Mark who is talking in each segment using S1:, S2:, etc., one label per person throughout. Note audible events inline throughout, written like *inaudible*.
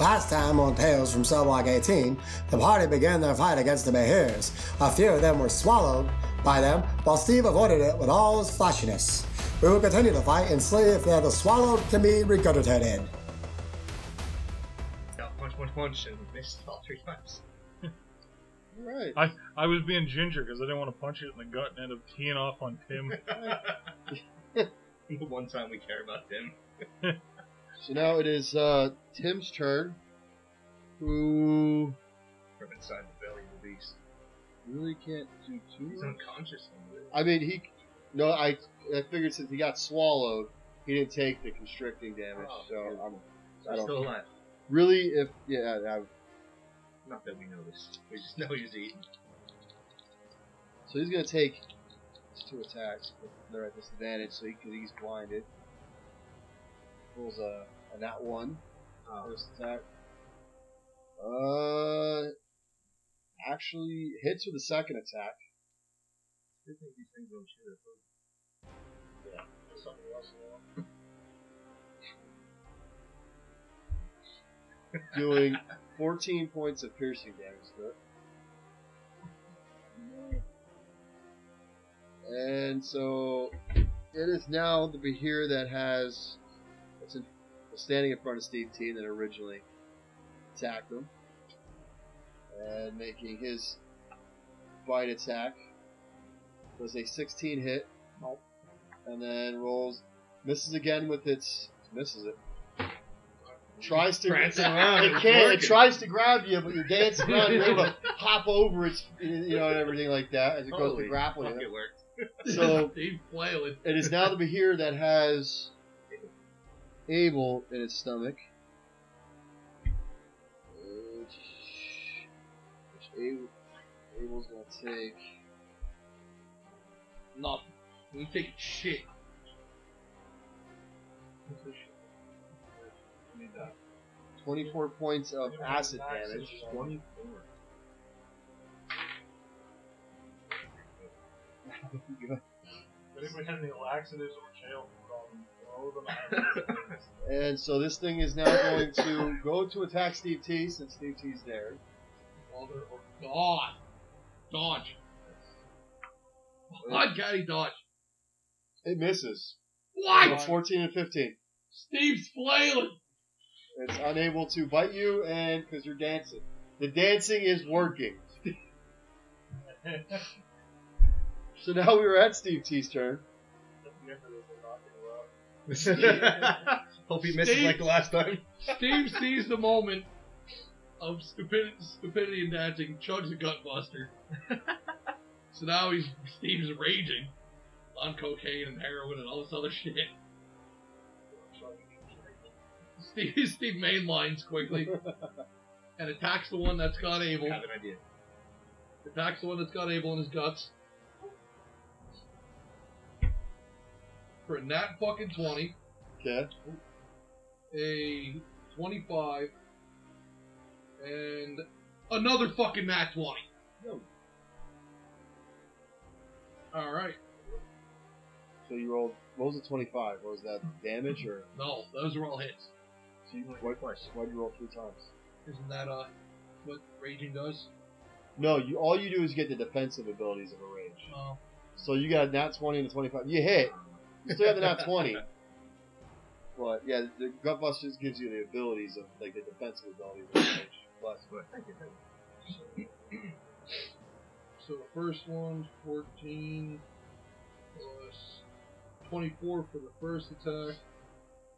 S1: Last time on Tales from Cellblock 18, the party began their fight against the Behirs. A few of them were swallowed by them, while Steve avoided it with all his flashiness. We will continue the fight and see if the other swallowed can be regurgitated.
S2: Got punch, punch, punch, and missed about three times.
S3: Right.
S4: I, I was being ginger because I didn't want to punch it in the gut and end up teeing off on
S3: *laughs*
S4: Tim.
S2: the *laughs* one time we care about Tim.
S3: So now it is uh, Tim's turn. Who
S2: From inside the belly of the beast.
S3: really can't do too
S2: He's
S3: much.
S2: unconscious. man.
S3: I mean, he. No, I. I figured since he got swallowed, he didn't take the constricting damage.
S2: Oh,
S3: so
S2: good.
S3: I'm I
S2: He's
S3: don't-
S2: still alive.
S3: really, if yeah, I,
S2: Not that we know this. We just know he's eating.
S3: so he's gonna take his two attacks. But they're at disadvantage, so he, 'cause he's blinded. Rolls a, a nat one.
S2: Um,
S3: First attack. Uh, actually hits with the second attack.
S2: good thing these things don't shoot at food. Yeah, there's
S3: Oh,
S2: something else wrong.
S3: doing 14 points of piercing damage to it. And so it is now the Behir that has that's in, was standing in front of Steve T that originally attacked him. And making his bite attack was a 16 hit. And then rolls, misses again with its, misses it. Tries to *laughs*
S2: Prancing around.
S3: it
S2: it's
S3: can't. It
S2: working.
S3: tries to grab you, but you're dancing around.
S2: *laughs*
S3: You're able to hop over its, you know, and everything like that as it goes
S2: Holy
S3: to grapple
S2: Fuck,
S3: you.
S2: it worked.
S3: So-
S5: Steve flailing.
S3: It is now the Behir that has Abel in its stomach. Which, which Abel, Abel's gonna take.
S5: Nothing. He's taking shit.
S2: Need that.
S3: 24 points of acid damage.
S2: 24.
S4: Does anybody have any laxatives or jail
S5: *laughs*
S3: And so this thing is now going to go to attack Steve T since Steve T's there.
S5: Mother of God. Dodge. My God, he dodged.
S3: It misses. It's
S5: What?
S3: 14 and 15.
S5: Steve's flailing.
S3: It's unable to bite you, and because you're dancing, the dancing is working. *laughs* so now we were at Steve T's turn. *laughs*
S2: Hope he misses
S5: Steve.
S2: like the last time.
S5: Steve sees the moment of stupidity, stupidity and dancing, chugs a gutbuster. so now he's Steve's raging on cocaine and heroin and all this other shit. Steve, Steve mainlines quickly and attacks the one that's got
S2: I
S5: Abel.
S2: have an idea.
S5: Attacks the one that's got Abel in his guts. For a nat fucking 20
S3: Okay.
S5: a 25, and another fucking nat 20. Alright.
S3: So you rolled. What was it? 25. What was that? Damage or
S5: No, those are all hits.
S3: so you, what? Why'd you roll three times?
S5: Isn't that uh, what raging does?
S3: No, you. All you do is get the defensive abilities of a range.
S5: Oh.
S3: So you got a nat 20 and a 25. You hit. You still got the nat 20. But yeah, the Gutbuster just gives you the abilities of like the defensive abilities of a range. Plus,
S2: But I get that.
S5: So the first one's 14 plus 24 for the first attack.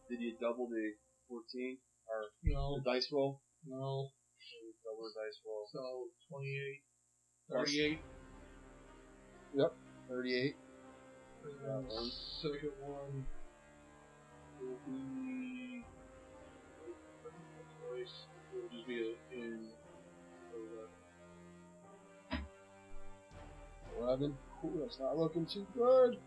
S3: did you double the 14?
S5: No,
S3: The dice roll?
S5: no.
S3: Double the dice roll.
S5: So 28,
S3: Plus-
S5: 38.
S3: 38.
S5: And the second one will be twice. It will just be a, in
S3: 11. Ooh, that's not looking too good.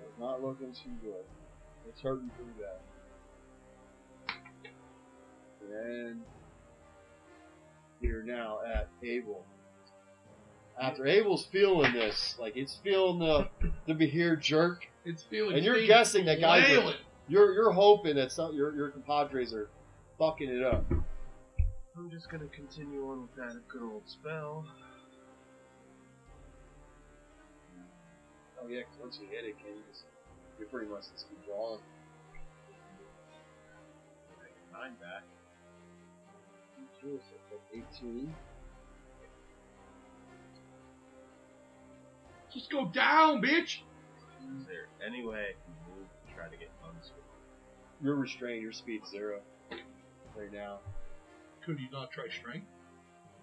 S3: That's not looking too good. It's hurting pretty bad. And you're now at Abel. After Abel's feeling this, like it's feeling the the Behir jerk,
S5: It's feeling.
S3: and you're
S5: Steve
S3: guessing that guys are
S5: flailing.
S3: You're you're hoping that some your your compadres are fucking it up.
S2: I'm just gonna continue on with that good old spell.
S3: Oh yeah, 'cause once you hit it, can you just you pretty much just keep drawing.
S2: Nine back.
S3: Cool, so it's like 18.
S5: Just go down, bitch.
S2: Is there any way I can move to try to get unscrewed?
S3: You're restrained. Your speed's zero right now.
S5: Could you not try strength?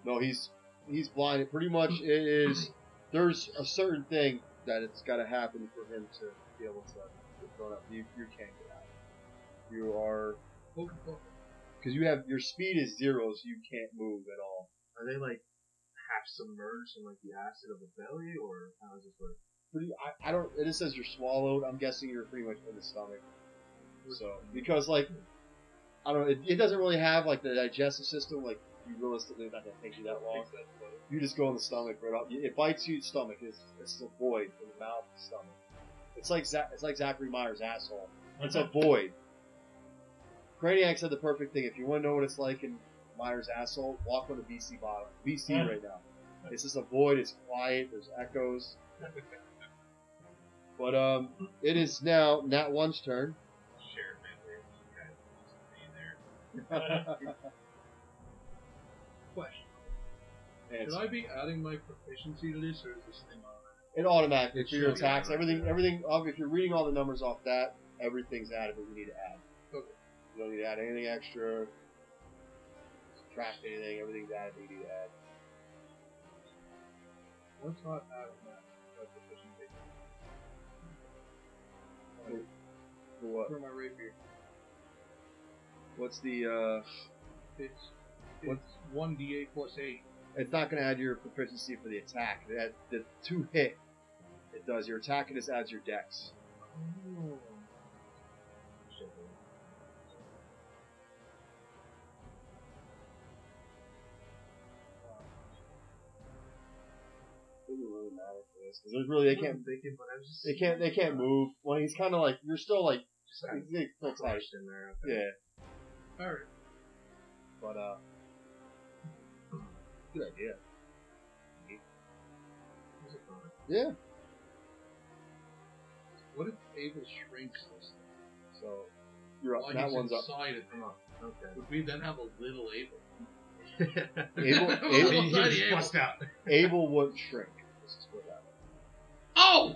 S3: No, he's he's blinded. Pretty much, it is. There's a certain thing that it's got to happen for him to be able to get thrown up. You you can't get out. You are
S5: Poker, poker.
S3: because you have your speed is zero, so you can't move at all.
S2: Are they like half submerged in like the acid of the belly, or how does this work?
S3: Pretty, I, I don't. It just says you're swallowed. I'm guessing you're pretty much in the stomach. So because like I don't know, it, it doesn't really have like the digestive system. Like you realistically, not gonna take you that long. You just go in the stomach right up. It bites you in the stomach. It's it's a void from the mouth to the stomach. It's like Za- it's like Zachary Myers' asshole. It's a void. Craniac said the perfect thing. If you want to know what it's like in Myers' asshole, walk on the BC bottom. BC
S4: Yeah.
S3: right now. It's just a void. It's quiet. There's echoes. but um, it is now Nat One's turn.
S2: Share man, there you guys used to be there.
S5: Question.
S3: And
S5: Should
S3: it's-
S5: I be adding my proficiency to this, or is this thing automatic?
S3: It automatically
S5: It
S3: for your
S5: should be
S3: attacks,
S5: automatic,
S3: everything, everything. ob- If you're reading all the numbers off that, everything's added. What you need to add.
S5: Okay.
S3: You don't need to add anything extra. Subtract anything. Everything's added. that You need to add.
S5: Let's not add that. My proficiency
S3: For what?
S5: for my rapier.
S3: What's the? uh
S5: It's it's one d8 plus eight.
S3: It's not going to add your proficiency for the attack. That the two hit. It does your attack. It just adds your dex. Doesn't really matter for this because there's really they can't.
S2: I'm thinking, but I was just
S3: They can't. They can't move. Well, he's kind of like you're still like
S2: Just kind of
S3: he's still tied.
S2: crushed in there. Okay.
S3: Yeah.
S5: All right.
S3: But uh, good idea. Yeah.
S5: What if Abel shrinks this? thing?
S3: So you're up.
S5: While
S3: that
S5: he's
S3: one's up.
S5: inside it,
S2: Oh, okay.
S5: would we then have a little Abel?
S3: Abel,
S5: Well,
S3: Abel,
S5: he was bust
S2: out.
S3: Abel wouldn't shrink. This is what happened.
S5: Oh!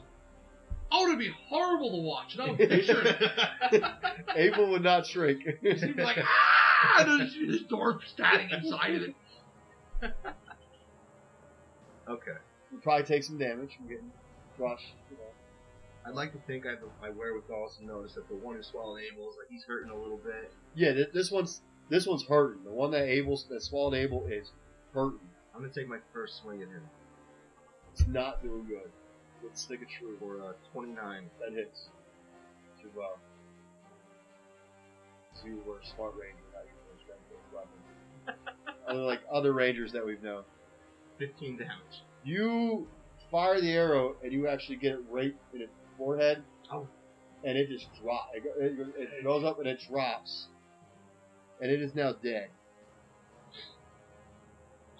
S5: Oh, it'd be horrible to watch. No, picture it.
S3: Abel would not shrink. *laughs*
S5: He'd be like, ah! And there's this dwarf standing inside of it.
S2: Okay.
S3: You'd probably take some damage from getting crushed. You know.
S2: I'd like to think I have my wherewithal to notice that the one who swallowed Abel is like he's hurting a little bit.
S3: Yeah, th- this one's this one's hurting. The one that Abel that swallowed Abel is hurting.
S2: I'm gonna take my first swing at him
S3: It's not doing good. Let's stick a true.
S2: for uh, 29.
S3: That hits. uh, Too well. So you were a uh, smart ranger, not your first ranger weapon.
S2: *laughs*
S3: Other like other rangers that we've known.
S2: 15 damage.
S3: You fire the arrow and you actually get it right in its forehead.
S2: Oh.
S3: And it just drops. It, go- it, go- it goes up and it drops. And it is now dead.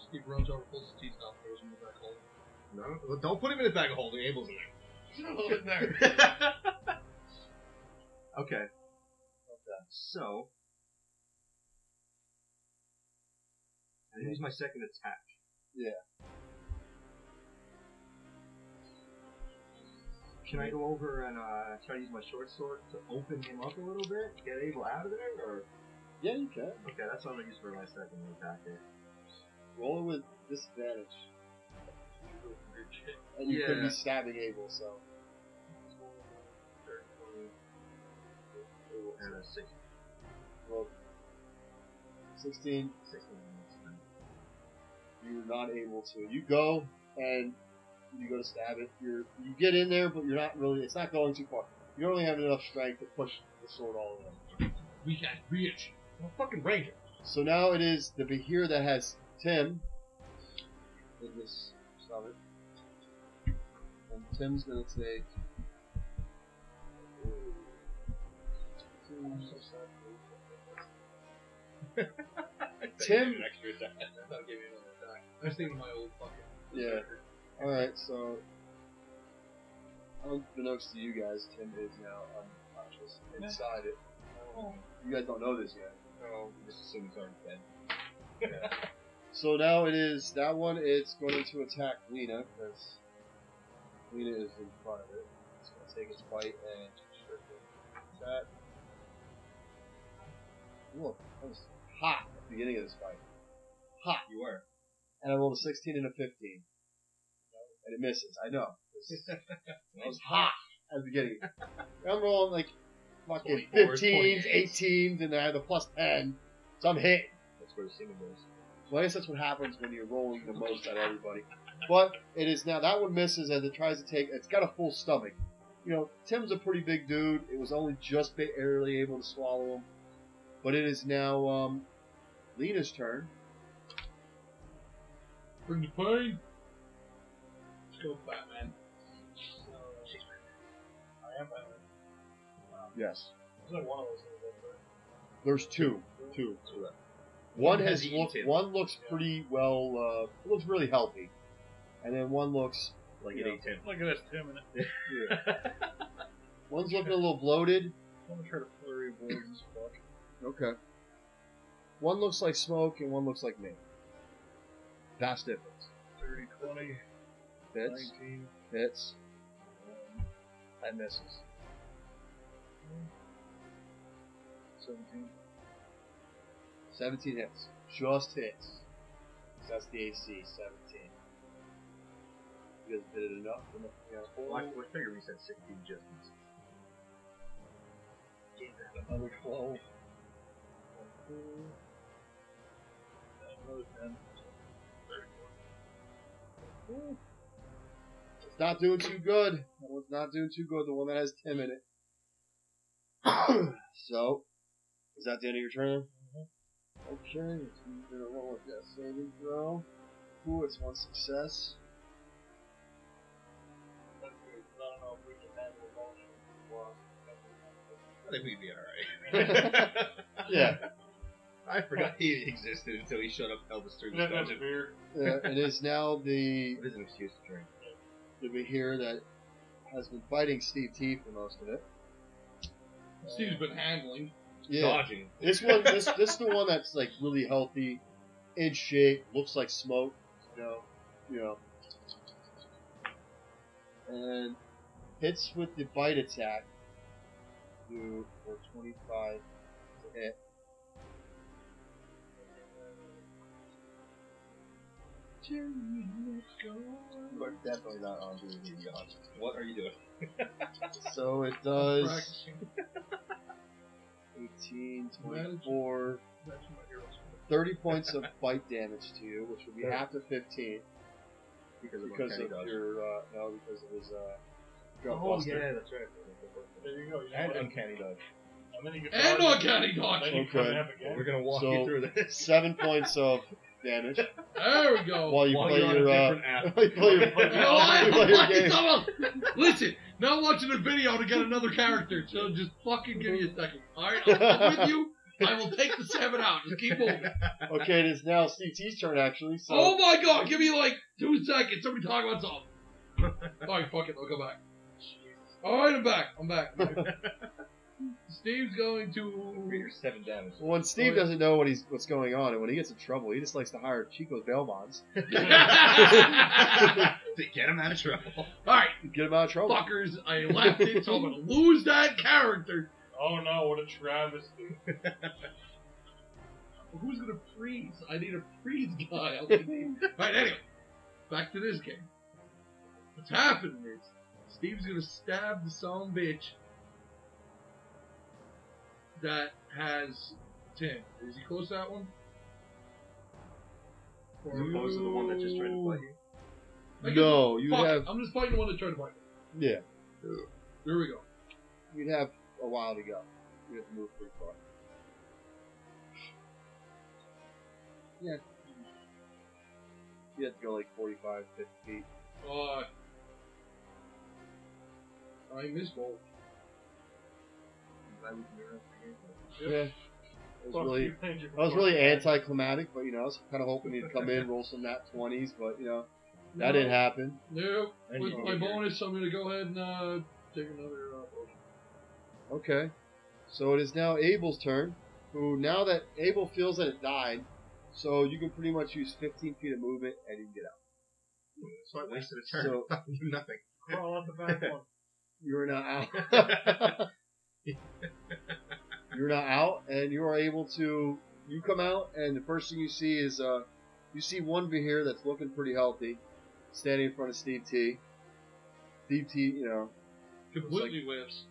S5: Steve runs over, pulls his teeth out, throws him in the back hole.
S2: No, well, don't put him in his bag of holding. Abel's in
S5: *laughs* Throw it in there.
S2: *laughs* there. okay. Okay. So. I use my second attack.
S3: Yeah.
S2: Can I go over and uh, try to use my short sword to open him up a little bit, get Abel out of there, or
S3: Yeah, you can.
S2: okay, that's what I'm gonna use for my second attack. Here.
S3: Roll it with disadvantage. And you could be stabbing Abel, so.
S2: And a six,
S3: Roll. 16.
S2: six and
S3: You're not able to. You go and you go to stab it. You're, you get in there, but you're not really. It's not going too far. You don't really have enough strength to push the sword all the way.
S5: We can't reach.
S2: I'm a fucking ranger.
S3: So now it is the Behir that has Tim. In his stomach. And Tim's gonna take.
S2: I'm so sad for you. An
S3: Tim-
S2: extra attack. *laughs*
S5: I'll give you another attack. I was thinking of my old fucking.
S3: Yeah. All right, so unbeknownst to you guys, Tim is now unconscious inside it. Um, You guys don't know this yet.
S2: No, just assume it's already dead.
S3: So now it is that one. It's going to attack Lena because Lena is in front of it. It's going to take its bite and attack. Look, that was hot at the beginning of this fight. Hot, you were. And I rolled a 16 and a 15. And it misses. I know. It's- *laughs* That was hot at the beginning. *laughs* I'm rolling like fucking
S5: 24s,
S3: 15s,
S5: 28s.
S3: 18s, and I had a plus 10. So I'm hitting.
S2: That's where the semen goes.
S3: So I guess that's what happens when you're rolling the most at everybody. But it is now that one misses as it tries to take. It's got a full stomach. You know, Tim's a pretty big dude. It was only just barely able to swallow him. But it is now um, Lena's turn.
S5: Bring the pain. Let's go, Batman.
S2: So, she's I am Batman.
S3: Yes.
S2: There's only one of us in the world, right?
S3: There's two. Two.
S2: Two left.
S3: One
S2: One
S3: has
S2: has
S3: E
S2: eaten
S3: looked.
S2: Tim.
S3: One looks
S2: Yeah.
S3: pretty well. Uh, it looks really healthy. And then one looks.
S2: Like
S3: You
S2: an
S3: know.
S2: eight ten.
S4: Look at this Tim in it.
S3: *laughs* One's looking a little bloated.
S2: I'm gonna try to flurry of blows this fuck.
S3: Okay. One looks like smoke, and one looks like me. That's difference.
S4: 30, 20,
S3: Hits.
S4: 19.
S3: Hits. That misses.
S5: *laughs*
S3: 17. 17 hits. Just hits. That's the AC, 17. You guys did it enough? enough yeah.
S2: Well, I I figure we said 16 just missed. Gave that
S3: Another 12.
S2: another 10.
S3: It's not doing too good. That one's not doing too good. The one that has Tim *coughs* in it. so, is that the end of your turn? Mm-hmm. Okay, so you gonna roll a death saving throw. Ooh, it's one *laughs* success.
S2: I think we'd be alright.
S3: yeah,
S2: I forgot he existed until he showed up and helped us through this
S4: That, that's a
S2: dungeon.
S4: beer.
S3: yeah. Uh, It is now the
S2: It is an excuse to drink.
S3: the here that has been fighting Steve T for most of it.
S5: Steve's been handling.
S3: Yeah,
S2: Dodging.
S3: this one, this this is the one that's like really healthy, in shape, looks like smoke. You know, you know, and hits with the bite attack. Do for twenty five to hit. We're definitely not on DVD yet.
S2: What are you doing?
S3: So it does
S5: Practicing.
S3: 18, 24,
S5: That's my hero's
S3: 30 points of bite damage to you, which would be
S2: Yeah.
S3: half to 15
S2: Because of
S3: because
S2: Uncanny
S3: of
S2: Dodge.
S3: your, uh, no, because of his, uh, drug
S2: Oh,
S3: buster.
S2: yeah, that's right.
S4: There you go. You
S2: And
S4: know what?
S2: Uncanny Dodge.
S4: And then you get
S5: And
S4: dodged.
S5: uncanny
S4: Then
S5: dodge.
S4: you come
S3: Okay.
S4: up again.
S2: We're gonna walk
S3: So-
S2: you through this.
S3: Seven points of
S2: *laughs*
S3: damage
S5: There we *laughs* go.
S3: while you
S2: While
S3: play
S2: you're on
S3: your,
S2: a
S3: uh,
S2: different app.
S3: *laughs* while you
S2: *laughs*
S3: play your,
S5: You know what?
S3: you play your
S5: Like,
S3: game.
S5: someone- Listen, now watching a video to get another character, so just fucking give me a second. Alright, I'm with you. I will take the seven out. Just keep moving.
S3: Okay, it is now CT's turn, actually, so.
S5: Oh my god, give me like two seconds. Somebody talk about something. Alright, fuck it, I'll go back. Alright, I'm back. I'm back. I'm back. Steve's going to.
S2: You're seven
S4: *laughs*
S2: damage.
S3: When
S2: Oh,
S3: Steve doesn't know what he's what's going on, and when he gets in trouble, he just likes to hire Chico's bail bonds.
S2: to get him out of trouble.
S5: Alright,
S3: Get him out of trouble.
S5: fuckers, I left it, so I'm gonna lose that character.
S4: Oh no, what a travesty.
S5: Who's gonna freeze? I need a freeze guy. I'll take him. Alright, anyway, back to this game. What's happening is Steve's gonna stab the some bitch that has Tim. Is he close to that one?
S2: As opposed to the one that just tried to play you.
S5: I guess-
S3: No, you
S5: Fuck it,
S3: have,
S5: I'm just fighting the one that tried to fight me.
S3: yeah.
S5: There we go.
S3: You'd have a while to go. You'd have to move pretty far. Yeah. You have to go like 45, 50 feet.
S5: Uh, I missed both.
S2: I was nervous for you, but
S3: Yeah. It was really,
S4: Fuck
S3: I was really anticlimactic, but you know, I was kind of hoping he'd come in, roll some nat twenties, but you know, that didn't happen.
S5: Nope.
S2: And
S5: With
S2: you
S5: my
S2: figured-
S5: bonus, I'm gonna go ahead and uh, take another. Uh, potion.
S3: Okay. So it is now Abel's turn, who now that Abel feels that it died, so you can pretty much use 15 feet of movement and you can get out.
S2: So I wasted a turn.
S3: So-
S2: I knew nothing.
S4: Crawl out the back one.
S3: You are now
S2: *laughs*
S3: out. You're now out, and you are able to. You come out, and the first thing you see is uh, you see one Vahir that's looking pretty healthy, standing in front of Steve T. Steve T, you know,
S5: Completely whiffs.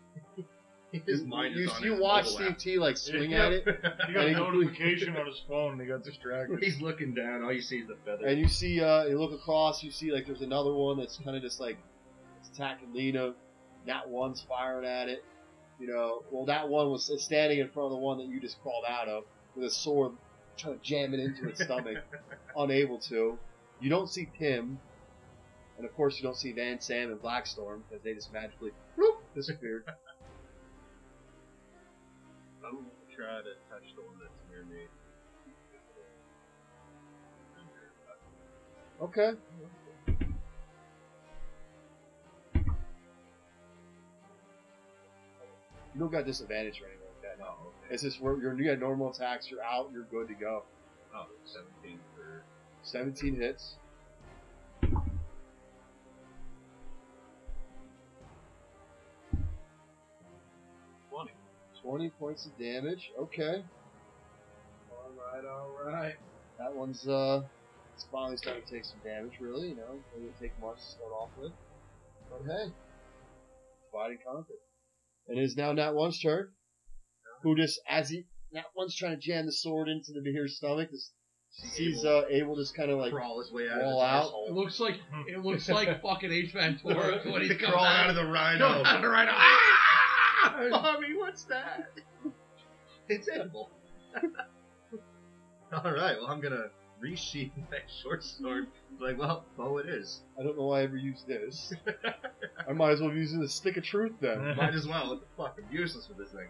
S2: *laughs* His
S3: you-
S2: mind
S3: you,
S2: is on
S3: you
S2: it.
S3: watch
S2: Overlap.
S3: Steve T like swing
S4: Yeah.
S3: at it,
S4: He got a
S2: *laughs*
S3: And he-
S4: notification on his phone and he got distracted.
S2: He's looking down. All you see is the feather.
S3: And you see, uh, you look across, you see like there's another one that's kind of just like it's attacking Lena. That one's firing at it. You know, well, that one was is standing in front of the one that you just crawled out of with a sword, trying to jam it into its stomach, unable to. You don't see Tim, and of course you don't see Van Sam and Blackstorm because they just magically whoop, disappeared.
S2: I'm gonna try to touch the one that's near me.
S3: Okay. You don't got disadvantage or anything like that.
S2: Oh, okay.
S3: It's just where you're, you got normal attacks. You're out. You're good to go.
S2: Oh, 17 for.
S3: 17 hits.
S2: Twenty.
S3: 20 points of damage. Okay.
S2: All right, all right.
S3: That one's uh, it's finally starting to take some damage. Really, you know, it didn't take much to start off with. But hey, divide and conquer. It is now Nat One's turn. Who just as he Nat One's trying to jam the sword into the Behir's stomach. This sees
S2: Abel
S3: uh, Abel just kind of like
S2: crawl his way out
S3: wall
S2: of
S3: out.
S2: his asshole.
S5: *laughs*
S2: *laughs*
S5: It looks like it looks like fucking H Van Torres when he's coming
S2: crawling out of the rhino. Ah!
S5: out of the rhino.
S2: Bobby, what's that? It's *laughs* edible. All right. Well, I'm gonna *laughs* resheath that short sword. Like, well, bow it
S3: *laughs*
S2: is.
S3: I don't know why I ever used this. I might as well be using the stick of truth
S2: *laughs*
S3: then.
S2: Might as well. What the fuck? I'm useless with this thing.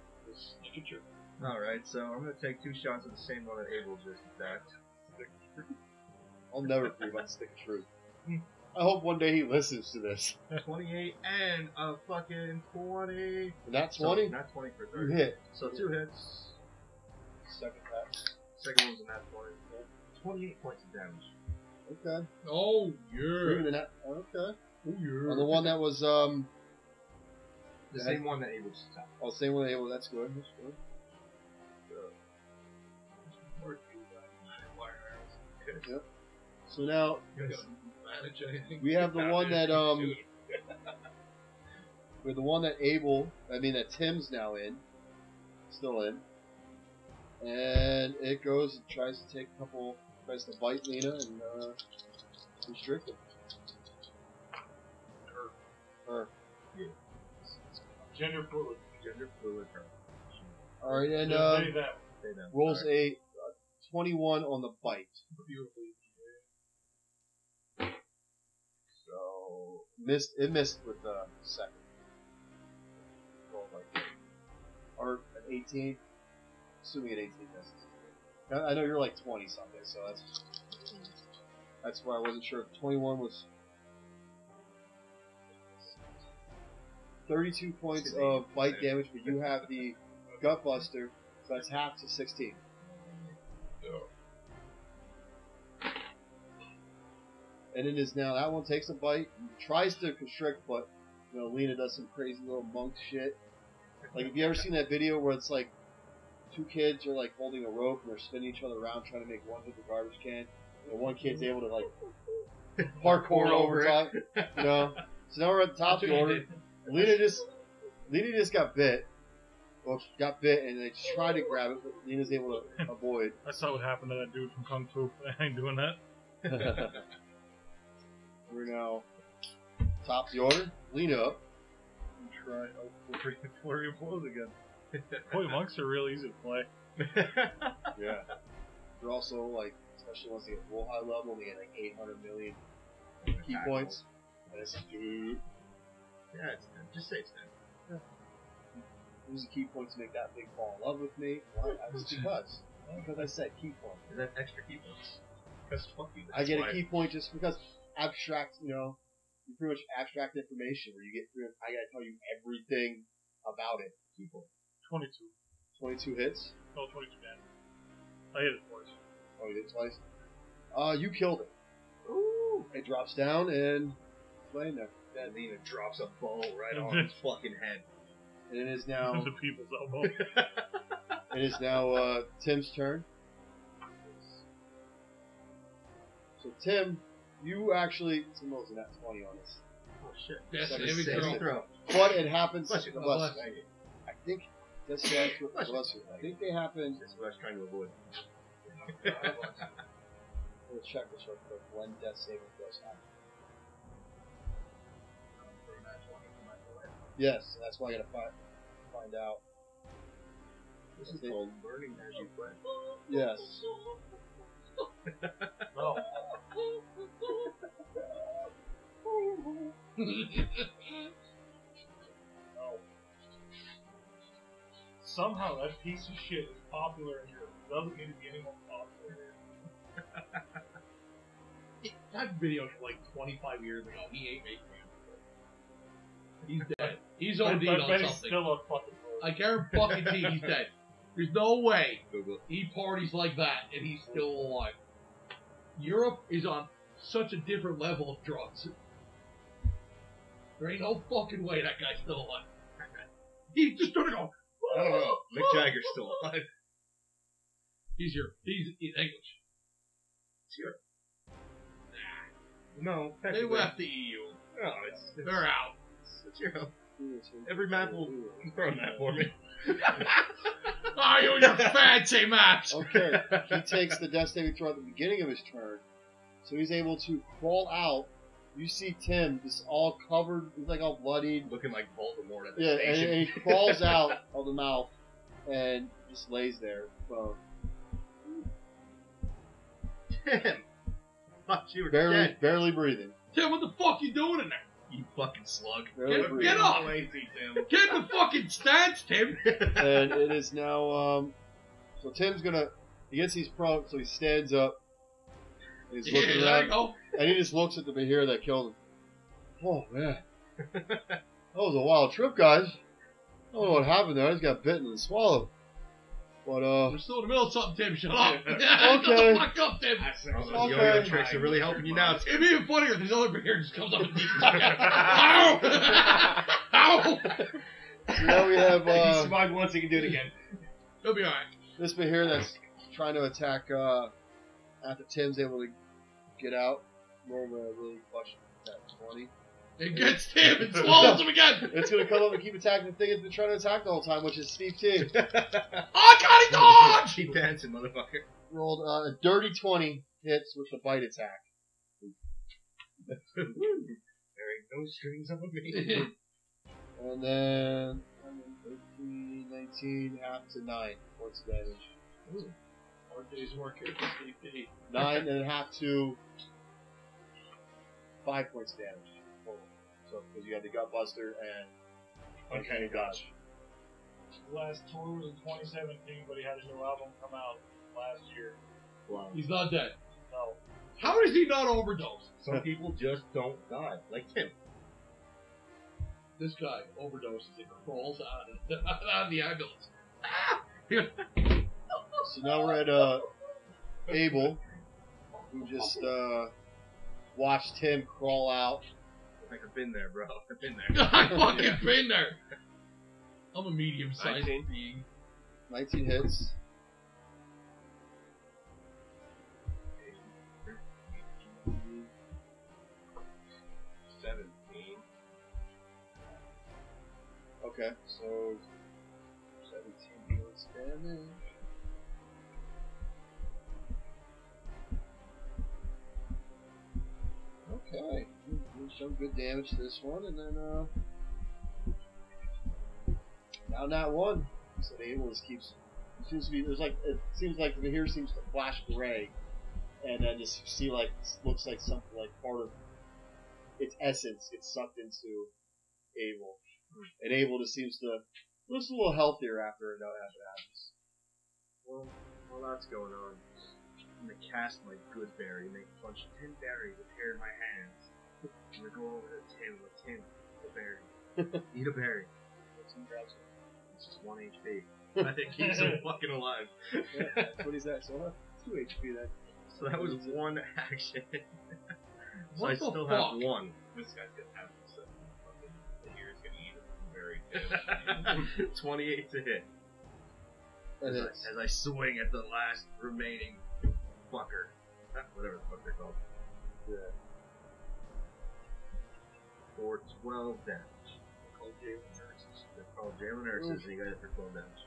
S2: All right. So I'm gonna take two shots at the same one that Abel just attacked.
S3: *laughs* I'll never forget about the stick of truth. I hope one day he listens to this.
S2: 28 and a fucking 20.
S3: And that
S2: So,
S3: 20,
S2: not 20 for
S3: you
S2: 30.
S3: hit.
S2: So two hits.
S3: Second attack.
S2: Second one's an at 20. 28 points of damage.
S3: Okay.
S5: Oh
S3: Even
S5: yeah.
S3: the nat- okay.
S5: Oh, yeah.
S3: On the one that was, um,
S2: The
S3: Yeah.
S2: same one that Abel just attacked.
S3: oh, same one, well, that's good. That's good.
S2: uh,
S3: So now,
S5: Manage anything.
S3: We have the
S5: Not
S3: one that,
S5: anything,
S3: um,
S5: dude.
S3: with the one that Abel, I mean, that Tim's now in, still in, and it goes and tries to take a couple, tries to bite Lena and uh, restrict it. Her.
S4: Gender fluid.
S2: Gender fluid. or-
S3: All right, and
S4: Just
S3: uh,
S4: say that.
S2: Say that.
S3: rolls
S2: All right.
S3: a uh, 21 on the bite.
S5: Beautifully.
S2: So
S3: Missed. It missed with uh, the second. Roll like or an 18. Assuming an 18 misses. I I know you're like 20 something, so that's that's why I wasn't sure. if 21 was 32 points of bite damage, but you have the gut buster, so that's half to 16. and it is now. That one takes a bite, tries to constrict, but you know Lena does some crazy little monk shit. Like, have you ever seen that video where it's like two kids are like holding a rope and they're spinning each other around trying to make one hit the garbage can, and one kid's able to like parkour
S5: Parkour
S3: over
S5: over
S3: top? You know. So now we're at the top of the order. Lena just Lena just got bit. Well, she got bit and they tried to grab it, but Lena's able to avoid.
S4: That's how it happened to that dude from Kung Fu. *laughs* I ain't doing that.
S3: We're now top of the order. Lena up.
S4: Try
S2: *laughs*
S4: Flurry, flurry of blows again. Boy, monks are real easy to play.
S3: Yeah. They're also like, especially once they get real high level, they get like 800 million key
S2: Tackle.
S3: points. And it's dude.
S2: Yeah, it's ten. Just say it's ten.
S3: It was a key point to make that thing fall in love with me. Why? I *laughs* was because. Because I said key point.
S2: Is that extra key points? Because fuck you.
S3: I
S2: that's
S3: get
S2: why.
S3: a key point just because abstract, you know, you pretty much abstract information where you get, through- I gotta tell you everything about it. Key point.
S4: 22.
S3: 22 hits.
S4: Oh, 22 damage. I hit it twice.
S3: Oh, you did it twice. Uh, you killed it. Ooh. It drops down and it's laying there.
S2: That Nina drops a ball right
S4: *laughs*
S2: on his fucking head.
S3: And it is now,
S4: the people's elbow.
S3: *laughs* it is now, uh, Tim's turn. So Tim, you actually, Tim rolls a nat 20 on this.
S2: Oh shit.
S5: That's
S2: That's
S5: an
S2: a
S5: heavy
S2: saving
S5: throw.
S2: throw.
S3: But it happens.
S2: Bless you,
S3: bless
S2: bless
S3: you.
S2: you.
S3: I think that's the actual
S2: Bless you.
S3: bless you. I think
S2: *laughs*
S3: they happen.
S2: This is what I was trying to avoid.
S3: We'll check this real quick. When death saving throws happen. Yes, that's why I gotta find find out.
S2: This is called learning as you play.
S3: Yes.
S5: Oh.
S4: Somehow that piece of shit is popular in Europe. It doesn't need to be any more popular.
S5: That video from like 25 years ago. He ain't making it. He's dead. He's OD'd
S4: I, I
S5: on
S4: bet he's
S5: something.
S4: still a fucking
S5: I can't fucking
S4: *laughs*
S5: see he's dead. There's no way
S2: Google it.
S5: he parties like that and he's still alive. Europe is on such a different level of drugs. There ain't no fucking way that guy's still alive. He just started going.
S2: I don't know. Mick Jagger's still alive.
S5: He's your. He's in English.
S2: It's Europe. No,
S5: They
S2: technically.
S5: left the EU.
S2: No, it's, it's,
S5: They're out.
S2: it's Europe. Every map will throw that for me.
S5: Oh, you and your
S3: *laughs*
S5: fancy maps.
S3: *laughs* Okay, he takes the death saving throw at the beginning of his turn, so he's able to crawl out. You see Tim, just all covered, he's like all bloodied,
S2: Looking like Voldemort at the
S3: Yeah, and,
S2: station.
S3: and
S2: *laughs*
S3: he crawls out of the mouth and just lays there. Well,
S2: Tim! Thought you were
S3: barely,
S2: dead.
S3: barely breathing.
S5: Tim, what the fuck you doing in there?
S2: You fucking slug.
S3: Barely
S5: Get-
S3: breathing.
S5: get off!
S2: Lazy, Tim.
S5: Get in the fucking stance, Tim. *laughs*
S3: And
S2: *laughs*
S3: it is now. Um, so Tim's gonna. He gets he's prone, so he stands up. and He's
S5: Yeah,
S3: looking
S5: there you
S3: around,
S5: go.
S3: and he just looks at the Bahir that killed him. Oh man, that was a wild trip, guys. I don't know what happened there. I just got bitten and swallowed. But uh,
S5: We're still in the middle of something, Tim. Shut up.
S2: Okay.
S5: *laughs* Shut the fuck up, Tim.
S2: Yo yo tricks are really helping you now, *laughs* Tim.
S5: It'd be even funnier if this other bear just comes up and beats the fuck *laughs* out. Ow! *laughs* Ow!
S3: so now
S2: *laughs*
S3: we have
S2: you
S3: uh,
S2: survived once, you can do it *laughs* again.
S5: He'll be alright.
S3: this bit here that's trying to attack uh, after Tim's able to get out. Normally, a really clutch attack 20.
S5: It gets Tim and swallows him *laughs* again.
S3: It's going to come up and keep attacking the thing it's been trying to attack the whole time, which is Steve T.
S5: Oh,
S2: *laughs*
S5: God, he dodged!
S2: Keep dancing, motherfucker. *laughs*
S3: Rolled uh, a dirty 20 hits with the bite attack.
S2: there ain't no strings on me.
S3: And then 18, 19, half to 9 points of damage.
S5: Hard day's work here
S2: Oh,
S3: 9 and a half to 5 points of damage. total. So, because you had the gut buster and uncanny dodge.
S4: last tour was in 2017, but he had a new album come out last year.
S2: wow.
S5: He's not dead.
S4: No,
S5: How does he not overdose?
S2: Some people just don't die, like Tim.
S5: This guy overdoses and crawls out of, *laughs* out of the ambulance. Ah!
S3: So now we're at uh, Abel, who just uh, watched him crawl out.
S2: Like I've been there, bro. *laughs* I've been there.
S5: *laughs* I fucking been there. I'm a medium sized being.
S3: 19 hits.
S2: Seventeen.
S3: Okay, so 17 points damage. Okay, you did some good damage to this one, and then uh, now not one. So the Abel just keeps it seems to be there's like it seems like the here seems to flash gray, and then just see like looks like something like part of its essence gets sucked into Abel, and Abel just seems to Looks a little healthier after it after that.
S2: Well, while that's going on, I'm gonna cast my good berry and make a bunch of ten berries appear in my hands. I'm gonna go over to Tim with Tim, the berry. Eat a berry. Put some drops in. It's just one HP. I think he's so fucking alive.
S3: What is that? So huh? two HP then.
S2: So that was one action. *laughs* so I
S5: What the
S2: still
S5: fuck?
S2: have one.
S6: This guy's gonna have some fucking. The here's gonna eat a berry.
S2: *laughs* 28 to hit.
S3: That
S2: as, I,
S3: hits.
S2: as I swing at the last remaining fucker. Uh, Whatever the fuck they're called. Yeah. For 12 damage. They're called Jalen Mm. Nurses. They're called Jalen Nurses, and you got it for 12 damage.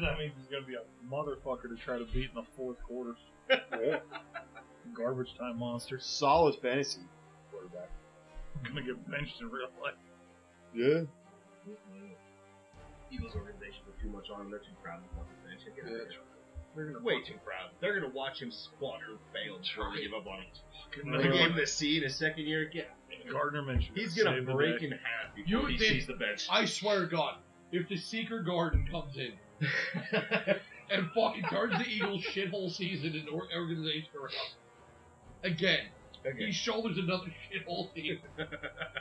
S4: that means he's gonna be a motherfucker to try to beat in the fourth quarter. Garbage time monsters.
S3: Solid fantasy quarterback.
S4: Gonna get benched in real life.
S3: Yeah.
S2: Eagles organization put too much on him. They're too proud of him. They should get out of here.
S4: They're gonna
S6: Way too proud. They're gonna watch him squander fail trying to give up on him.
S4: They're
S2: They
S4: gonna-
S2: gave him the C in his second year again.
S4: Gardner mentioned
S6: He's
S4: it.
S6: gonna
S4: Save the
S6: break
S4: day.
S6: in half
S5: You
S6: before he
S5: did-
S6: sees the
S4: *laughs*
S6: bench.
S5: I swear to God, if the Seeker Garden comes in
S2: *laughs*
S5: and fucking turns the Eagles' shithole season into or- organization around again, he shoulders another shithole season.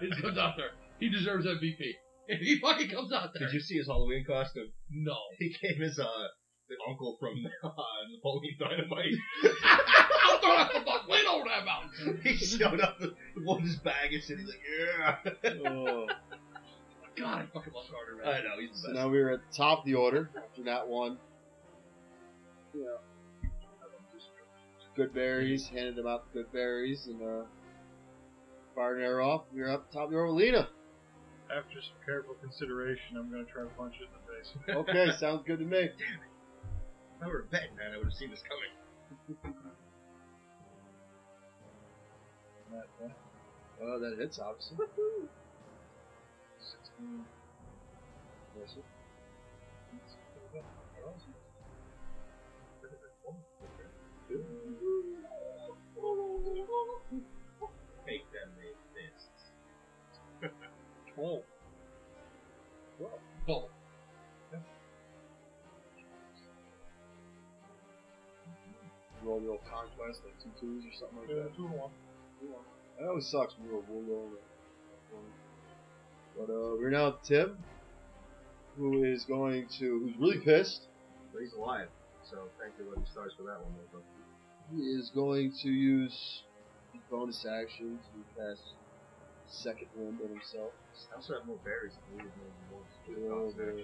S5: he comes out there. He deserves MVP. If he fucking comes out there,
S2: Did
S5: *laughs*
S2: you see his Halloween costume?
S5: no.
S2: He came as uh, the uncle from *laughs* uh, Napoleon Dynamite.
S5: I'll throw out the fuck lid over that mountain.
S2: *laughs* he showed up with one of his baggage and he's like, yeah.
S3: Oh.
S5: God, I fucking love Carter.
S2: I
S5: Man.
S2: know, he's
S3: so
S2: the best.
S3: now we were at the top of the order after that one. Yeah. Good berries, handed them out the good berries, and uh, fired an arrow off. We were up top of the order
S2: *laughs*
S3: with Lena.
S4: After some careful consideration, I'm gonna try to punch it in the face.
S3: Okay, sounds good to me.
S2: If I were a betting man, I would have seen this coming.
S4: That, uh,
S3: Oh, that hits, obviously. Yes, sir.
S2: Make them they fists.
S4: oh,
S5: Bull.
S3: Roll your conquest, like two twos or something like
S4: yeah,
S3: that.
S4: two and one.
S3: That always sucks when you roll one roll. But uh, we're now at Tim, who is going to, who's really pissed.
S2: But he's alive, so thank the lucky stars for that one. though.
S3: He is going to use his bonus action to cast second wind on himself.
S2: I also have more berries than he did
S3: Yeah,
S2: more
S3: yeah.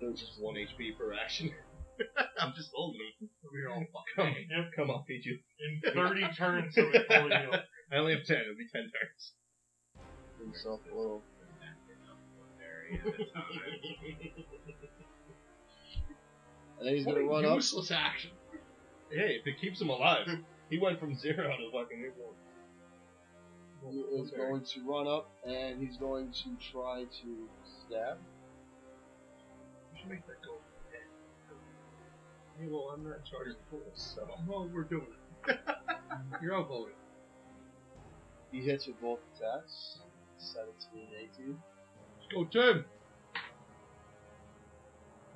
S2: than uh, Just one HP per action. *laughs* I'm just holding him.
S5: We're all fucking.
S2: Come,
S4: Yep.
S2: come on, Pichu.
S6: *laughs*
S4: In 30 turns, he'll be fully healed.
S2: I only have ten. It'll be ten *laughs* turns.
S3: Himself below. And then he's
S5: What
S3: going to run
S5: a
S3: up.
S5: useless action.
S2: hey, if it keeps him alive, he went from zero to fucking equal.
S3: He is going to run up, and he's going to try to stab.
S2: You should make that go. Hey, well, I'm not in charge of the pool, so. Well, we're doing it.
S5: *laughs* You're outvoted.
S3: He hits with both attacks. 17 and 18.
S5: Let's go, Tim.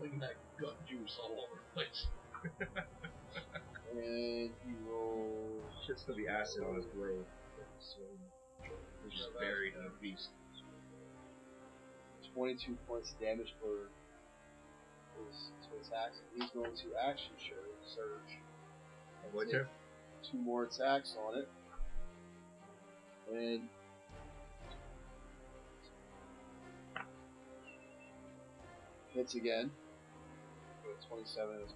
S5: Look at that gut juice all over the place.
S3: And he rolls.
S2: Shit's gonna be acid on his grave. So, he's just buried in a beast.
S3: 22 points of damage for his two attacks. He's going to action surge. surge.
S2: What's
S3: Take Two more attacks on it. And hits again. With 27 and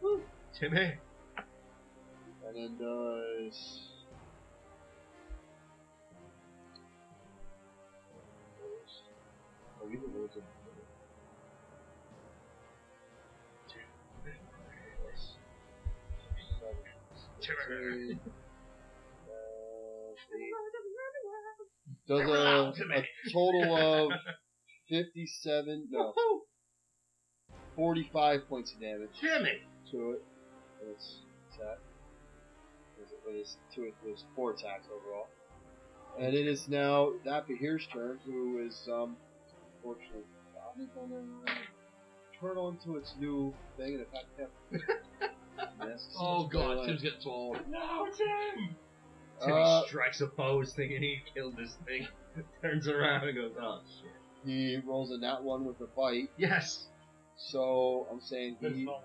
S3: 28.
S2: Timmy!
S3: And then does. Oh, you can lose it.
S2: Timmy!
S3: Does
S2: Wow,
S3: a, a total of 57, no, 45 points of damage
S2: Timmy!
S3: to it. And It's attack. It was, it was two, it was four attacks overall. And it is now that Bahir's turn, who is, um, unfortunately, probably gonna turn onto its new thing and attack him. Yes.
S5: Oh god, Tim's getting swallowed.
S6: No, Tim! Tim
S3: Uh,
S6: strikes a pose thinking he killed this thing. *laughs* Turns around and goes, oh shit.
S3: he rolls a nat one with a bite,
S6: Yes!
S3: so I'm saying he
S4: Fistful.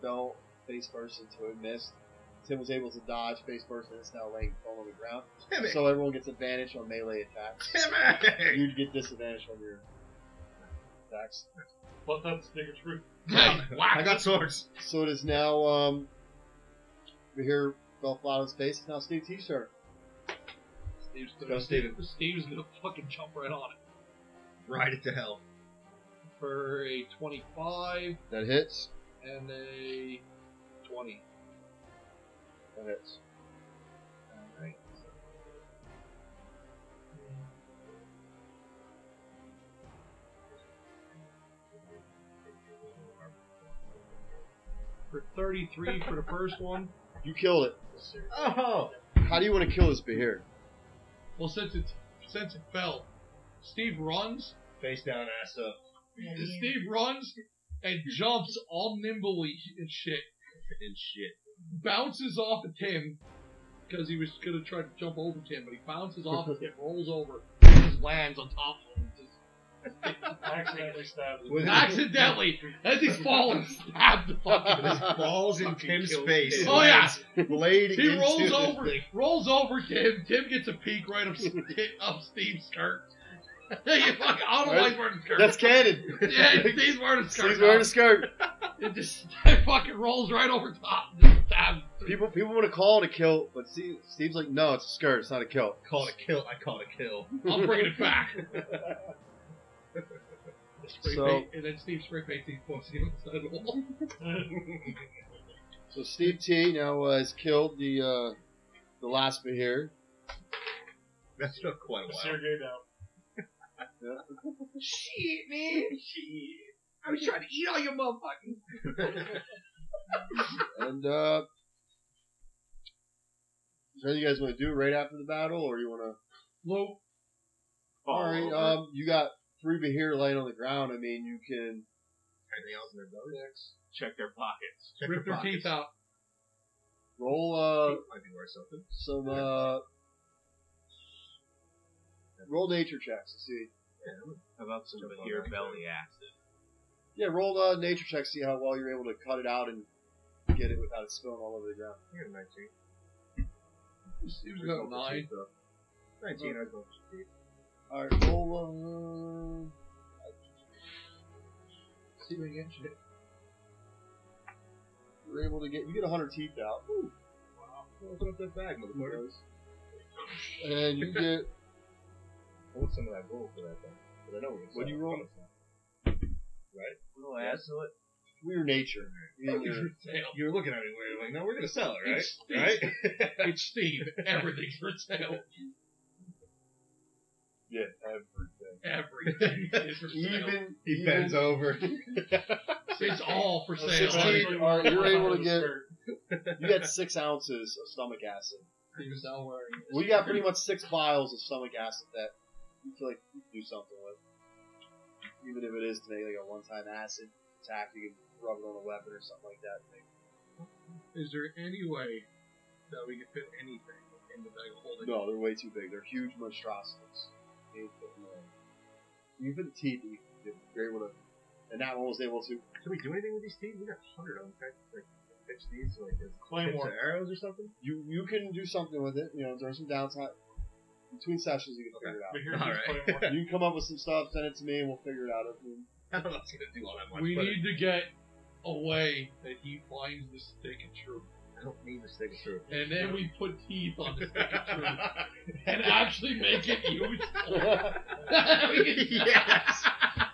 S3: fell face first into it, missed. Tim was able to dodge face first, and it's now laying prone on the ground.
S6: Timmy!
S3: So everyone gets advantage on melee attacks.
S5: *laughs*
S6: Timmy!
S3: You'd get disadvantage on your attacks.
S4: But that's the bigger truth.
S6: *laughs*
S5: Hey,
S6: I
S5: wow.
S6: got swords!
S3: So it is now, um, we hear fell flat on his face. It's now Steve T's turn.
S5: Steve's
S6: Go,
S5: gonna,
S6: Steven.
S5: Steve's gonna fucking jump right on it.
S6: Ride it to hell.
S5: For a 25
S3: That hits.
S5: and a 20.
S3: That hits.
S6: Alright. so-
S5: For 33 for the first one.
S3: You killed it.
S6: Oh!
S3: How do you want to kill this Behir?
S5: Well, since it, since it fell, Steve runs.
S6: Face down, ass up.
S5: Steve runs and jumps all nimbly and shit.
S6: And shit.
S5: bounces off of Tim because he was going to try to jump over Tim, but he bounces off of Tim, rolls over, and just lands on top of him.
S6: *laughs*
S5: Just
S4: Accidentally stabbed.
S6: With
S5: accidentally, as he's falling, stabbed the
S6: *laughs*
S5: fucking.
S6: This falls in Tim's
S4: kills
S6: face.
S4: Tim.
S5: Oh yeah,
S6: Blading
S5: he
S6: into
S5: rolls
S6: the
S5: over,
S6: thing.
S5: rolls over Tim. Tim gets a peek right up, up Steve's skirt. *laughs* you fuck, I don't like wearing a skirt.
S3: That's
S5: *laughs*
S3: canon.
S5: yeah,
S6: *laughs*
S5: Steve's wearing a skirt.
S3: He's wearing a skirt.
S5: It just *laughs* it fucking rolls right over top. And just stabs.
S3: People people want to call it a kill, but Steve, Steve's like, no, it's a skirt. It's not a kill.
S6: Call it a kill. I call it a kill.
S5: I'm bringing it *laughs* back. Spray
S3: So-
S5: paint- and then Steve spray paints these points on the side of the wall.
S3: So Steve T now uh, has killed the uh, the last Behir.
S6: That's took quite a while.
S4: Sergey down.
S5: Shit, man. Shit. I was trying to eat all your motherfucking.
S3: And uh, is there anything you guys want to do right after the battle, or you want to?
S5: Well,
S6: Oh,
S3: All right,
S4: over.
S3: um, you got three Behir laying on the ground. I mean, you can.
S6: Anything else in their belly? Check their pockets. Check
S5: rip their teeth out.
S3: Roll uh,
S6: Might be worth something.
S3: some uh, roll nature checks to see.
S6: How about some
S3: Jump on
S6: here
S3: that.
S6: belly acid?
S3: Yeah, roll uh, nature checks to see how well you're able to cut it out and get it without it spilling all over the ground.
S6: You're 19.
S5: Steve's got nine.
S6: 19, I was going
S3: All right, roll.
S5: See what you get.
S3: Uh, you're able to get you get 100 teeth out,
S6: Wow. Open up that bag, motherfucker.
S3: and you get
S6: I want some of that gold for that thing. Because I know we're
S3: What'd you roll?
S6: Right? Little ass. So it-
S3: we're
S6: *laughs*
S3: your nature. You know, you're-
S6: You were looking at me weird. Like, no, we're going to sell it, right?
S5: It's Steve.
S6: Right?
S5: *laughs* It's Steve. Everything's for sale.
S3: yeah, everything.
S5: Everything is for sale.
S3: Even
S6: he bends over.
S5: It's all for
S4: Well,
S3: Steve-
S5: sale. Steve
S4: Sixteen.
S3: Alright, you're able to get-
S4: Skirt.
S3: you got six ounces of stomach acid.
S5: was not wearing. it.
S3: We got pretty much six vials of stomach acid that you feel like you can do something with. Even if it is to make like a one-time acid attack, you can rub it on a weapon or something like that. Like,
S5: Is there any way that we can fit anything in the bag of holding?
S3: No, they're way too big. They're huge monstrosities. Eight foot long. Even the teeth, you- you're able to. And that one was able to.
S6: Can we do anything with these teeth? We got 100 of them. Can I, like, pitch these like as tips
S4: Claymore.
S6: of arrows or something?
S3: You you can do something with it. You know, during some downtime, between sessions, you can figure it
S4: Bahir
S6: All
S4: keeps
S6: right.
S4: Claymore.
S3: out. you can come up with some stuff, send it to me, and we'll figure it out.
S6: *laughs*
S3: I mean,
S6: I don't know if it's going to do all that much.
S5: We
S6: but
S5: need to get away that he finds the stick of truth.
S6: I don't need to stick it
S5: *laughs*
S6: through.
S5: And then we put teeth on the stick of truth and actually make it useful.
S3: *laughs*
S5: We can-
S6: yes!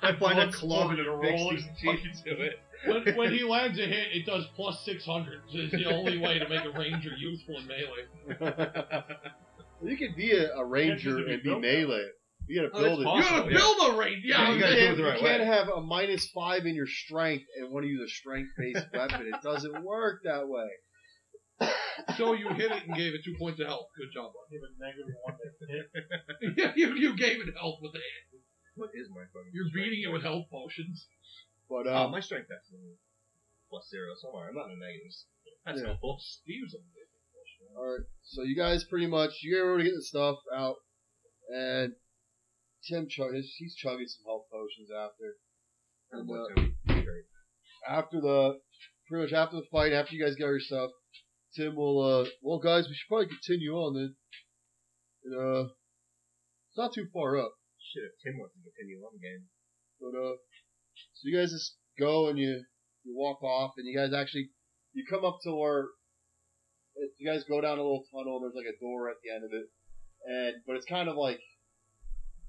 S6: I find a
S4: Once
S6: club and
S4: wanted to
S6: fix
S4: roll
S6: these
S4: it,
S6: teeth to it.
S5: when, when he lands a hit, it does plus 600. So It's the only way to make a ranger useful in melee.
S3: you could be a, a ranger
S4: Can't just
S3: and be
S4: be built.
S3: melee. You gotta
S6: Oh, that's
S3: build it.
S6: possible.
S5: you gotta
S6: yeah.
S5: build a ranger! Yeah,
S6: Yeah,
S5: I'm
S6: you gotta
S5: saying-
S6: do it the right
S3: you can't
S6: way.
S3: have a minus
S6: *laughs*
S3: five in your strength and want to use a strength based weapon. It doesn't work that way.
S5: So you hit it and gave it two points of health. Good job, bud.
S4: Give it negative one to hit.
S5: *laughs* Yeah, you, you gave it health with it.
S2: What is my fucking?
S5: You're
S2: strength?
S5: beating it with health potions.
S3: But
S6: Uh,
S2: Oh,
S3: um,
S2: my strength is plus zero, so I'm not in the negatives.
S5: That's
S3: Yeah.
S5: helpful. Steve's on it.
S3: all right. So you guys pretty much you guys were able to get the stuff out, and Tim chug he's, he's chugging some health potions after.
S6: Oh,
S2: And
S3: And, uh,
S2: what's gonna be great.
S3: after the pretty much after the fight, after you guys get your stuff, Tim will uh well guys, we should probably continue on then. And, uh it's not too far up,
S2: Shit, if Tim wants to continue on game,
S3: but uh so you guys just go and you you walk off and you guys actually you come up to where it- you guys go down a little tunnel and there's like a door at the end of it. And but it's kind of like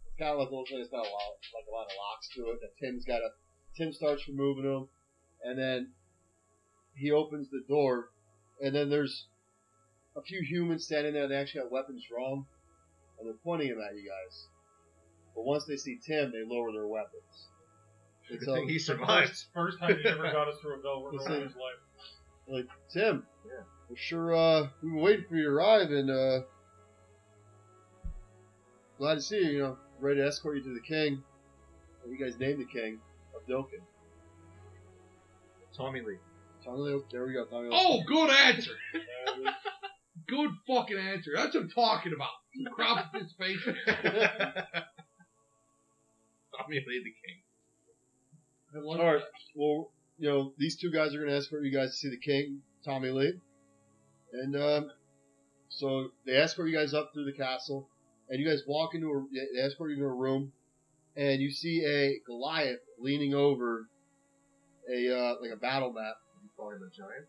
S3: it's kind of like looks like it's got a lot like a lot of locks to it that Tim's got a Tim starts removing them and then he opens the door, and then there's a few humans standing there. They actually got weapons drawn, and they're pointing them at you guys. But once they see Tim, they lower their weapons. And
S2: good
S3: so,
S2: thing he survived.
S4: First, first time he ever got us through a bell
S3: Let's
S4: in
S3: see.
S4: his life.
S3: like Tim,
S2: Yeah.
S3: we're sure uh, we've been waiting for you to arrive, and uh, glad to see you. You know, ready to escort you to the king. And you guys named the king of Dokken.
S2: Tommy Lee.
S3: Tommy Lee- There we go. Tommy Lee.
S5: Oh, good answer. good fucking answer. That's what I'm talking about. Crop his face.
S6: Tommy Lee the King.
S5: I love
S3: All right.
S5: that.
S3: Well, you know, these two guys are going to escort you guys to see the king, Tommy Lee. And um, so they escort you guys up through the castle, and you guys walk into a they escort you into a room, and you see a Goliath leaning over a uh, like a battle map.
S2: You call him a giant?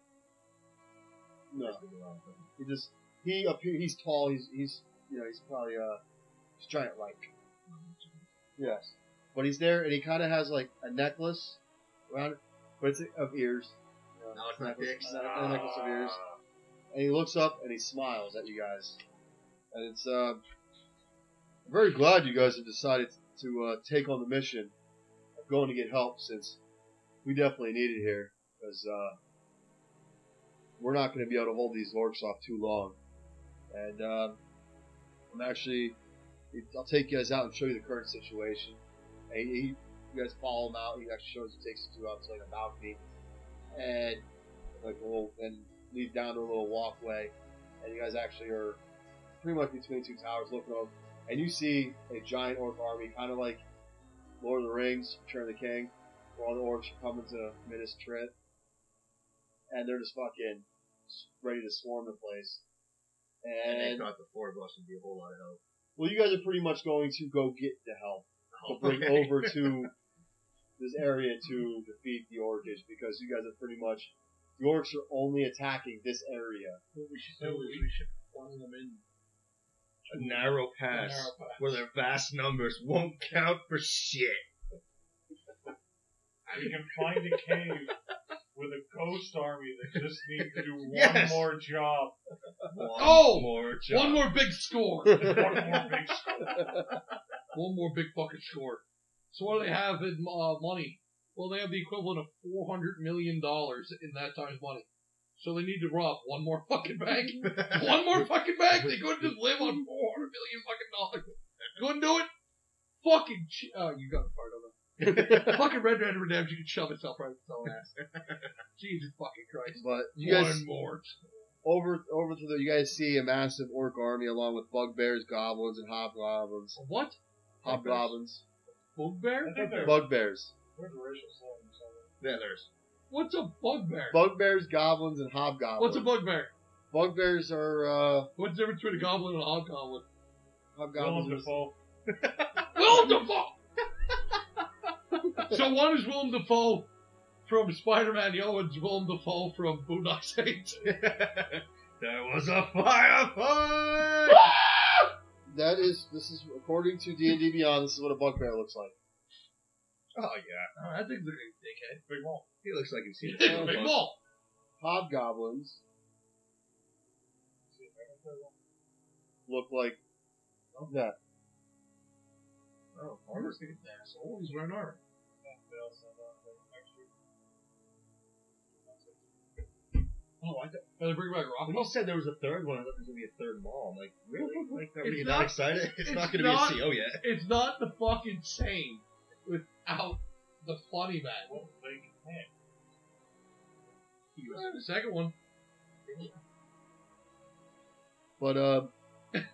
S3: No,
S2: Just a little bit.
S3: he just he up here, he's tall. He's he's you know he's probably uh he's giant like. Yes, but he's there, and he kind of has like a necklace around, it, but it's of ears. You know,
S2: No, it's not
S3: necklace-
S2: dicks.
S3: not a- not a necklace of ears. and he looks up and he smiles at you guys. And it's uh, I'm very glad you guys have decided to uh, take on the mission of going to get help since we definitely need it here because uh, we're not going to be able to hold these orcs off too long. And um, I'm actually, I'll take you guys out and show you the current situation. And he, he- you guys follow him out. He actually shows you, takes you out to like a balcony, and like a little, and lead down to a little walkway, and you guys actually are pretty much between two towers looking over, and you see a giant orc army, kind of like Lord of the Rings, Return of the King, where all the orcs are coming to Minas Tirith, and they're just fucking ready to swarm the place.
S2: And they
S3: And
S2: thought the four of us would be a whole lot of help.
S3: well, you guys are pretty much going to go get the help
S4: Oh,
S3: to bring over
S4: *laughs*
S3: to this area to defeat the orcish because you guys are pretty much the orcs are only attacking this area.
S5: What we should do is we should funnel them in.
S6: A narrow pass
S5: Narrow pass.
S6: where their vast numbers won't count for shit.
S4: We can find a cave with a ghost army that just needs to
S3: *laughs*
S4: do one
S6: Yes.
S4: more job.
S6: One
S5: Oh!
S6: more job.
S5: One more big
S6: *laughs*
S5: score.
S4: One more big
S5: One more big fucking score. So what do they have in uh, money? Well, they have the equivalent of four hundred million dollars in that times money. So they need to rob one more fucking
S4: *laughs*
S5: bank. one more fucking bank. They couldn't just live on four hundred million fucking dollars. Couldn't do it. Fucking. Ch- oh, you got a part of
S4: *laughs*
S5: it. fucking Red Dead Redemption can shove itself right up its own ass. Jesus fucking Christ.
S3: But you
S5: one
S3: guys
S5: more.
S3: over over to the you guys see a massive orc army along with bugbears, goblins, and hobgoblins.
S5: What?
S3: Hobgoblins,
S5: Bugbear?
S4: I think they're,
S3: bugbears,
S4: they're the racial slums. so
S2: Yeah, there's.
S5: What's a bugbear?
S3: bugbears, goblins, and hobgoblins.
S5: What's a bugbear?
S3: bugbears are uh,
S5: What's the difference between a goblin and a hobgoblin?
S4: Willem
S3: hobgoblins.
S4: Dafoe.
S5: Willem Dafoe! so one is Willem Dafoe from Spider-Man, the other one's Willem Dafoe from Boondock
S3: *laughs*
S5: Saints.
S6: There was a firefight!
S3: That is this is according to D and D Beyond. This is what a bugbear looks like.
S2: Oh yeah,
S5: Oh, I think they're
S4: Big Mom.
S2: he looks like he's seen
S5: a dickhead. Big
S2: it.
S5: ball.
S3: hobgoblins look like that.
S5: Oh, armor's an asshole. He's wearing armor.
S6: Oh, I thought,
S5: Or they bring back Rock
S6: when you said there was a third one, I thought there was gonna be a third mall. I'm like, really? Like, are
S5: It's
S6: you
S5: not-
S6: not excited? *laughs* It's,
S5: it's
S6: not gonna
S5: not-
S6: be a CO yet.
S5: It's not the fucking same without the funny man. You have the second one.
S3: But uh,
S5: Back-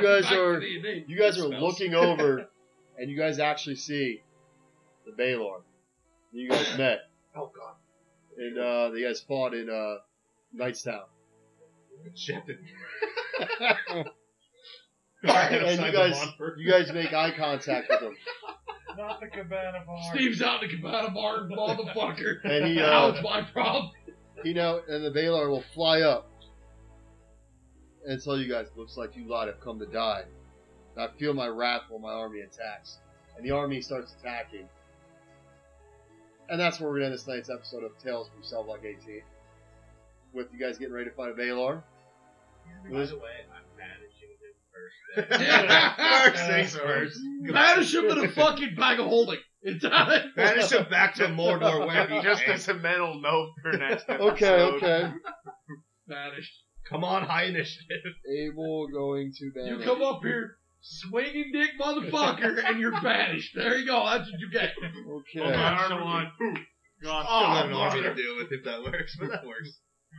S3: guys
S5: back to
S3: are-
S5: D&D.
S3: you guys are
S6: Smells. *laughs*
S3: looking over, and you guys actually see the Baylor. You guys met,
S5: Oh god.
S3: and uh, you guys fought in uh, Knightstown.
S6: Shifted.
S3: and you guys, you guys make eye contact with him,
S4: Not the cabana bar.
S5: Steve's out in the Cabana Bar,
S3: *laughs*
S5: motherfucker.
S3: and he
S5: Now
S3: uh,
S5: it's my
S3: *laughs*
S5: problem.
S3: he now and the Baylor will fly up and tell you guys, "Looks like you lot have come to die." I feel my wrath when my army attacks, and the army starts attacking. And that's where we end this night's episode of Tales from Cell Block 18. With you guys getting ready to fight a Baylor.
S2: By the way, I'm managing him first.
S5: *laughs*
S6: First things
S4: Yeah.
S6: first.
S5: Banish him to the fucking bag of holding. *laughs* It's time.
S6: Banish him back to Mordor where he
S4: Just
S6: came.
S4: as a mental note
S6: *laughs*
S4: for next episode.
S3: Okay, okay.
S5: Banished.
S6: Come on, high initiative.
S3: Abel going to
S5: You
S3: Baylor.
S5: come up here, swinging dick motherfucker, and you're banished. There you go. That's what you get.
S3: Okay.
S4: Oh, my arm on. God,
S6: Oh, I don't
S4: still an
S6: know what to
S4: arm.
S6: do with if that works, but that works.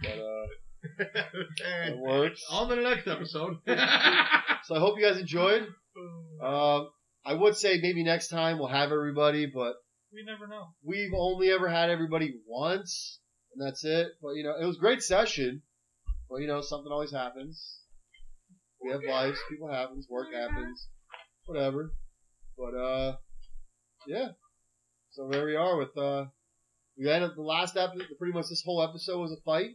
S3: But, *laughs* uh,
S6: And
S3: it works.
S5: On to the next episode. *laughs*
S3: So I hope you guys enjoyed.
S4: Uh,
S3: Um, I would say maybe next time we'll have everybody, but
S4: We never know.
S3: we've only ever had everybody once, and that's it. But, you know, it was a great session. But, you know, something always happens. We have lives, people happens, work happens, whatever. But, uh, yeah. So there we are with, uh, we ended up the last episode, pretty much this whole episode was a fight.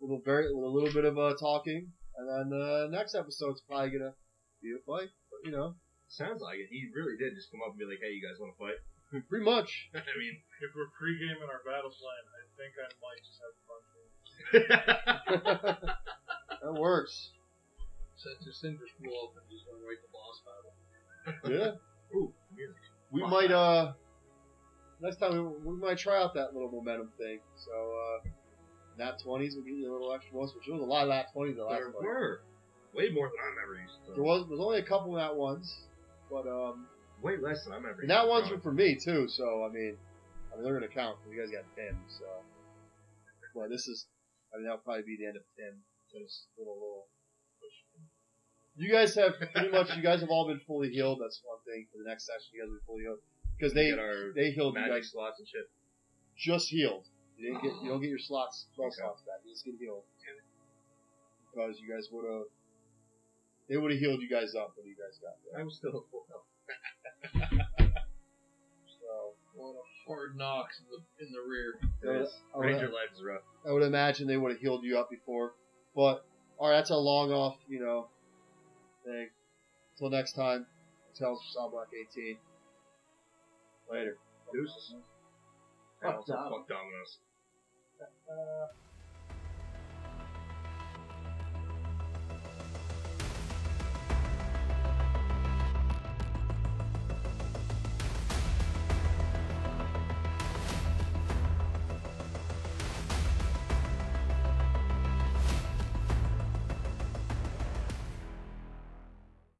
S3: A little very, a little bit of, uh, talking. And then, uh, next episode's probably gonna be a fight. But, you know,
S6: Sounds like it. He really did just come up and be like, hey, you guys want to fight?
S3: pretty much.
S6: I mean,
S4: If we're pre-gaming our battle plan, I think I might just have fun.
S3: That works.
S5: Set your cinder school up and just want to write the boss battle.
S3: Yeah.
S6: ooh, music.
S3: We might uh next time we, we might try out that little momentum thing. So uh nat twenties will get you a little extra bonus, which there was a lot of nat twenties the last
S6: There
S3: one.
S6: were way more than I'm ever used to.
S3: There was there's only a couple nat ones, but um
S6: way less than I'm ever.
S3: and nat
S6: used
S3: ones
S6: to.
S3: were for me too. So I mean, I mean they're gonna count because you guys got ten. So well this is I mean that'll probably be the end of ten. Just a little little. push. You guys have pretty much. You guys have all been fully healed. That's one thing. For the next session, you guys will be fully healed because
S6: We
S3: they
S6: get our
S3: they healed you
S6: magic
S3: guys
S6: slots and shit.
S3: just healed. You didn't get you don't get your slots spell
S6: Okay.
S3: slots back. You just get healed. Because you guys would have they would have healed you guys up when you guys got
S6: I
S3: there.
S6: was still
S3: Oh,
S6: full health.
S3: So
S5: What a hard knocks in the, in the rear.
S3: Yeah,
S6: Yes.
S3: I
S6: Ranger
S3: would,
S6: life is rough.
S3: I would imagine they would have healed you up before. But alright, that's a long off, you know, thing. Until next time, Tales of Saw Block eighteen. Later.
S6: Deuces.
S3: Fuck
S6: And also
S3: Dom.
S6: fuck Domino's.
S3: Uh,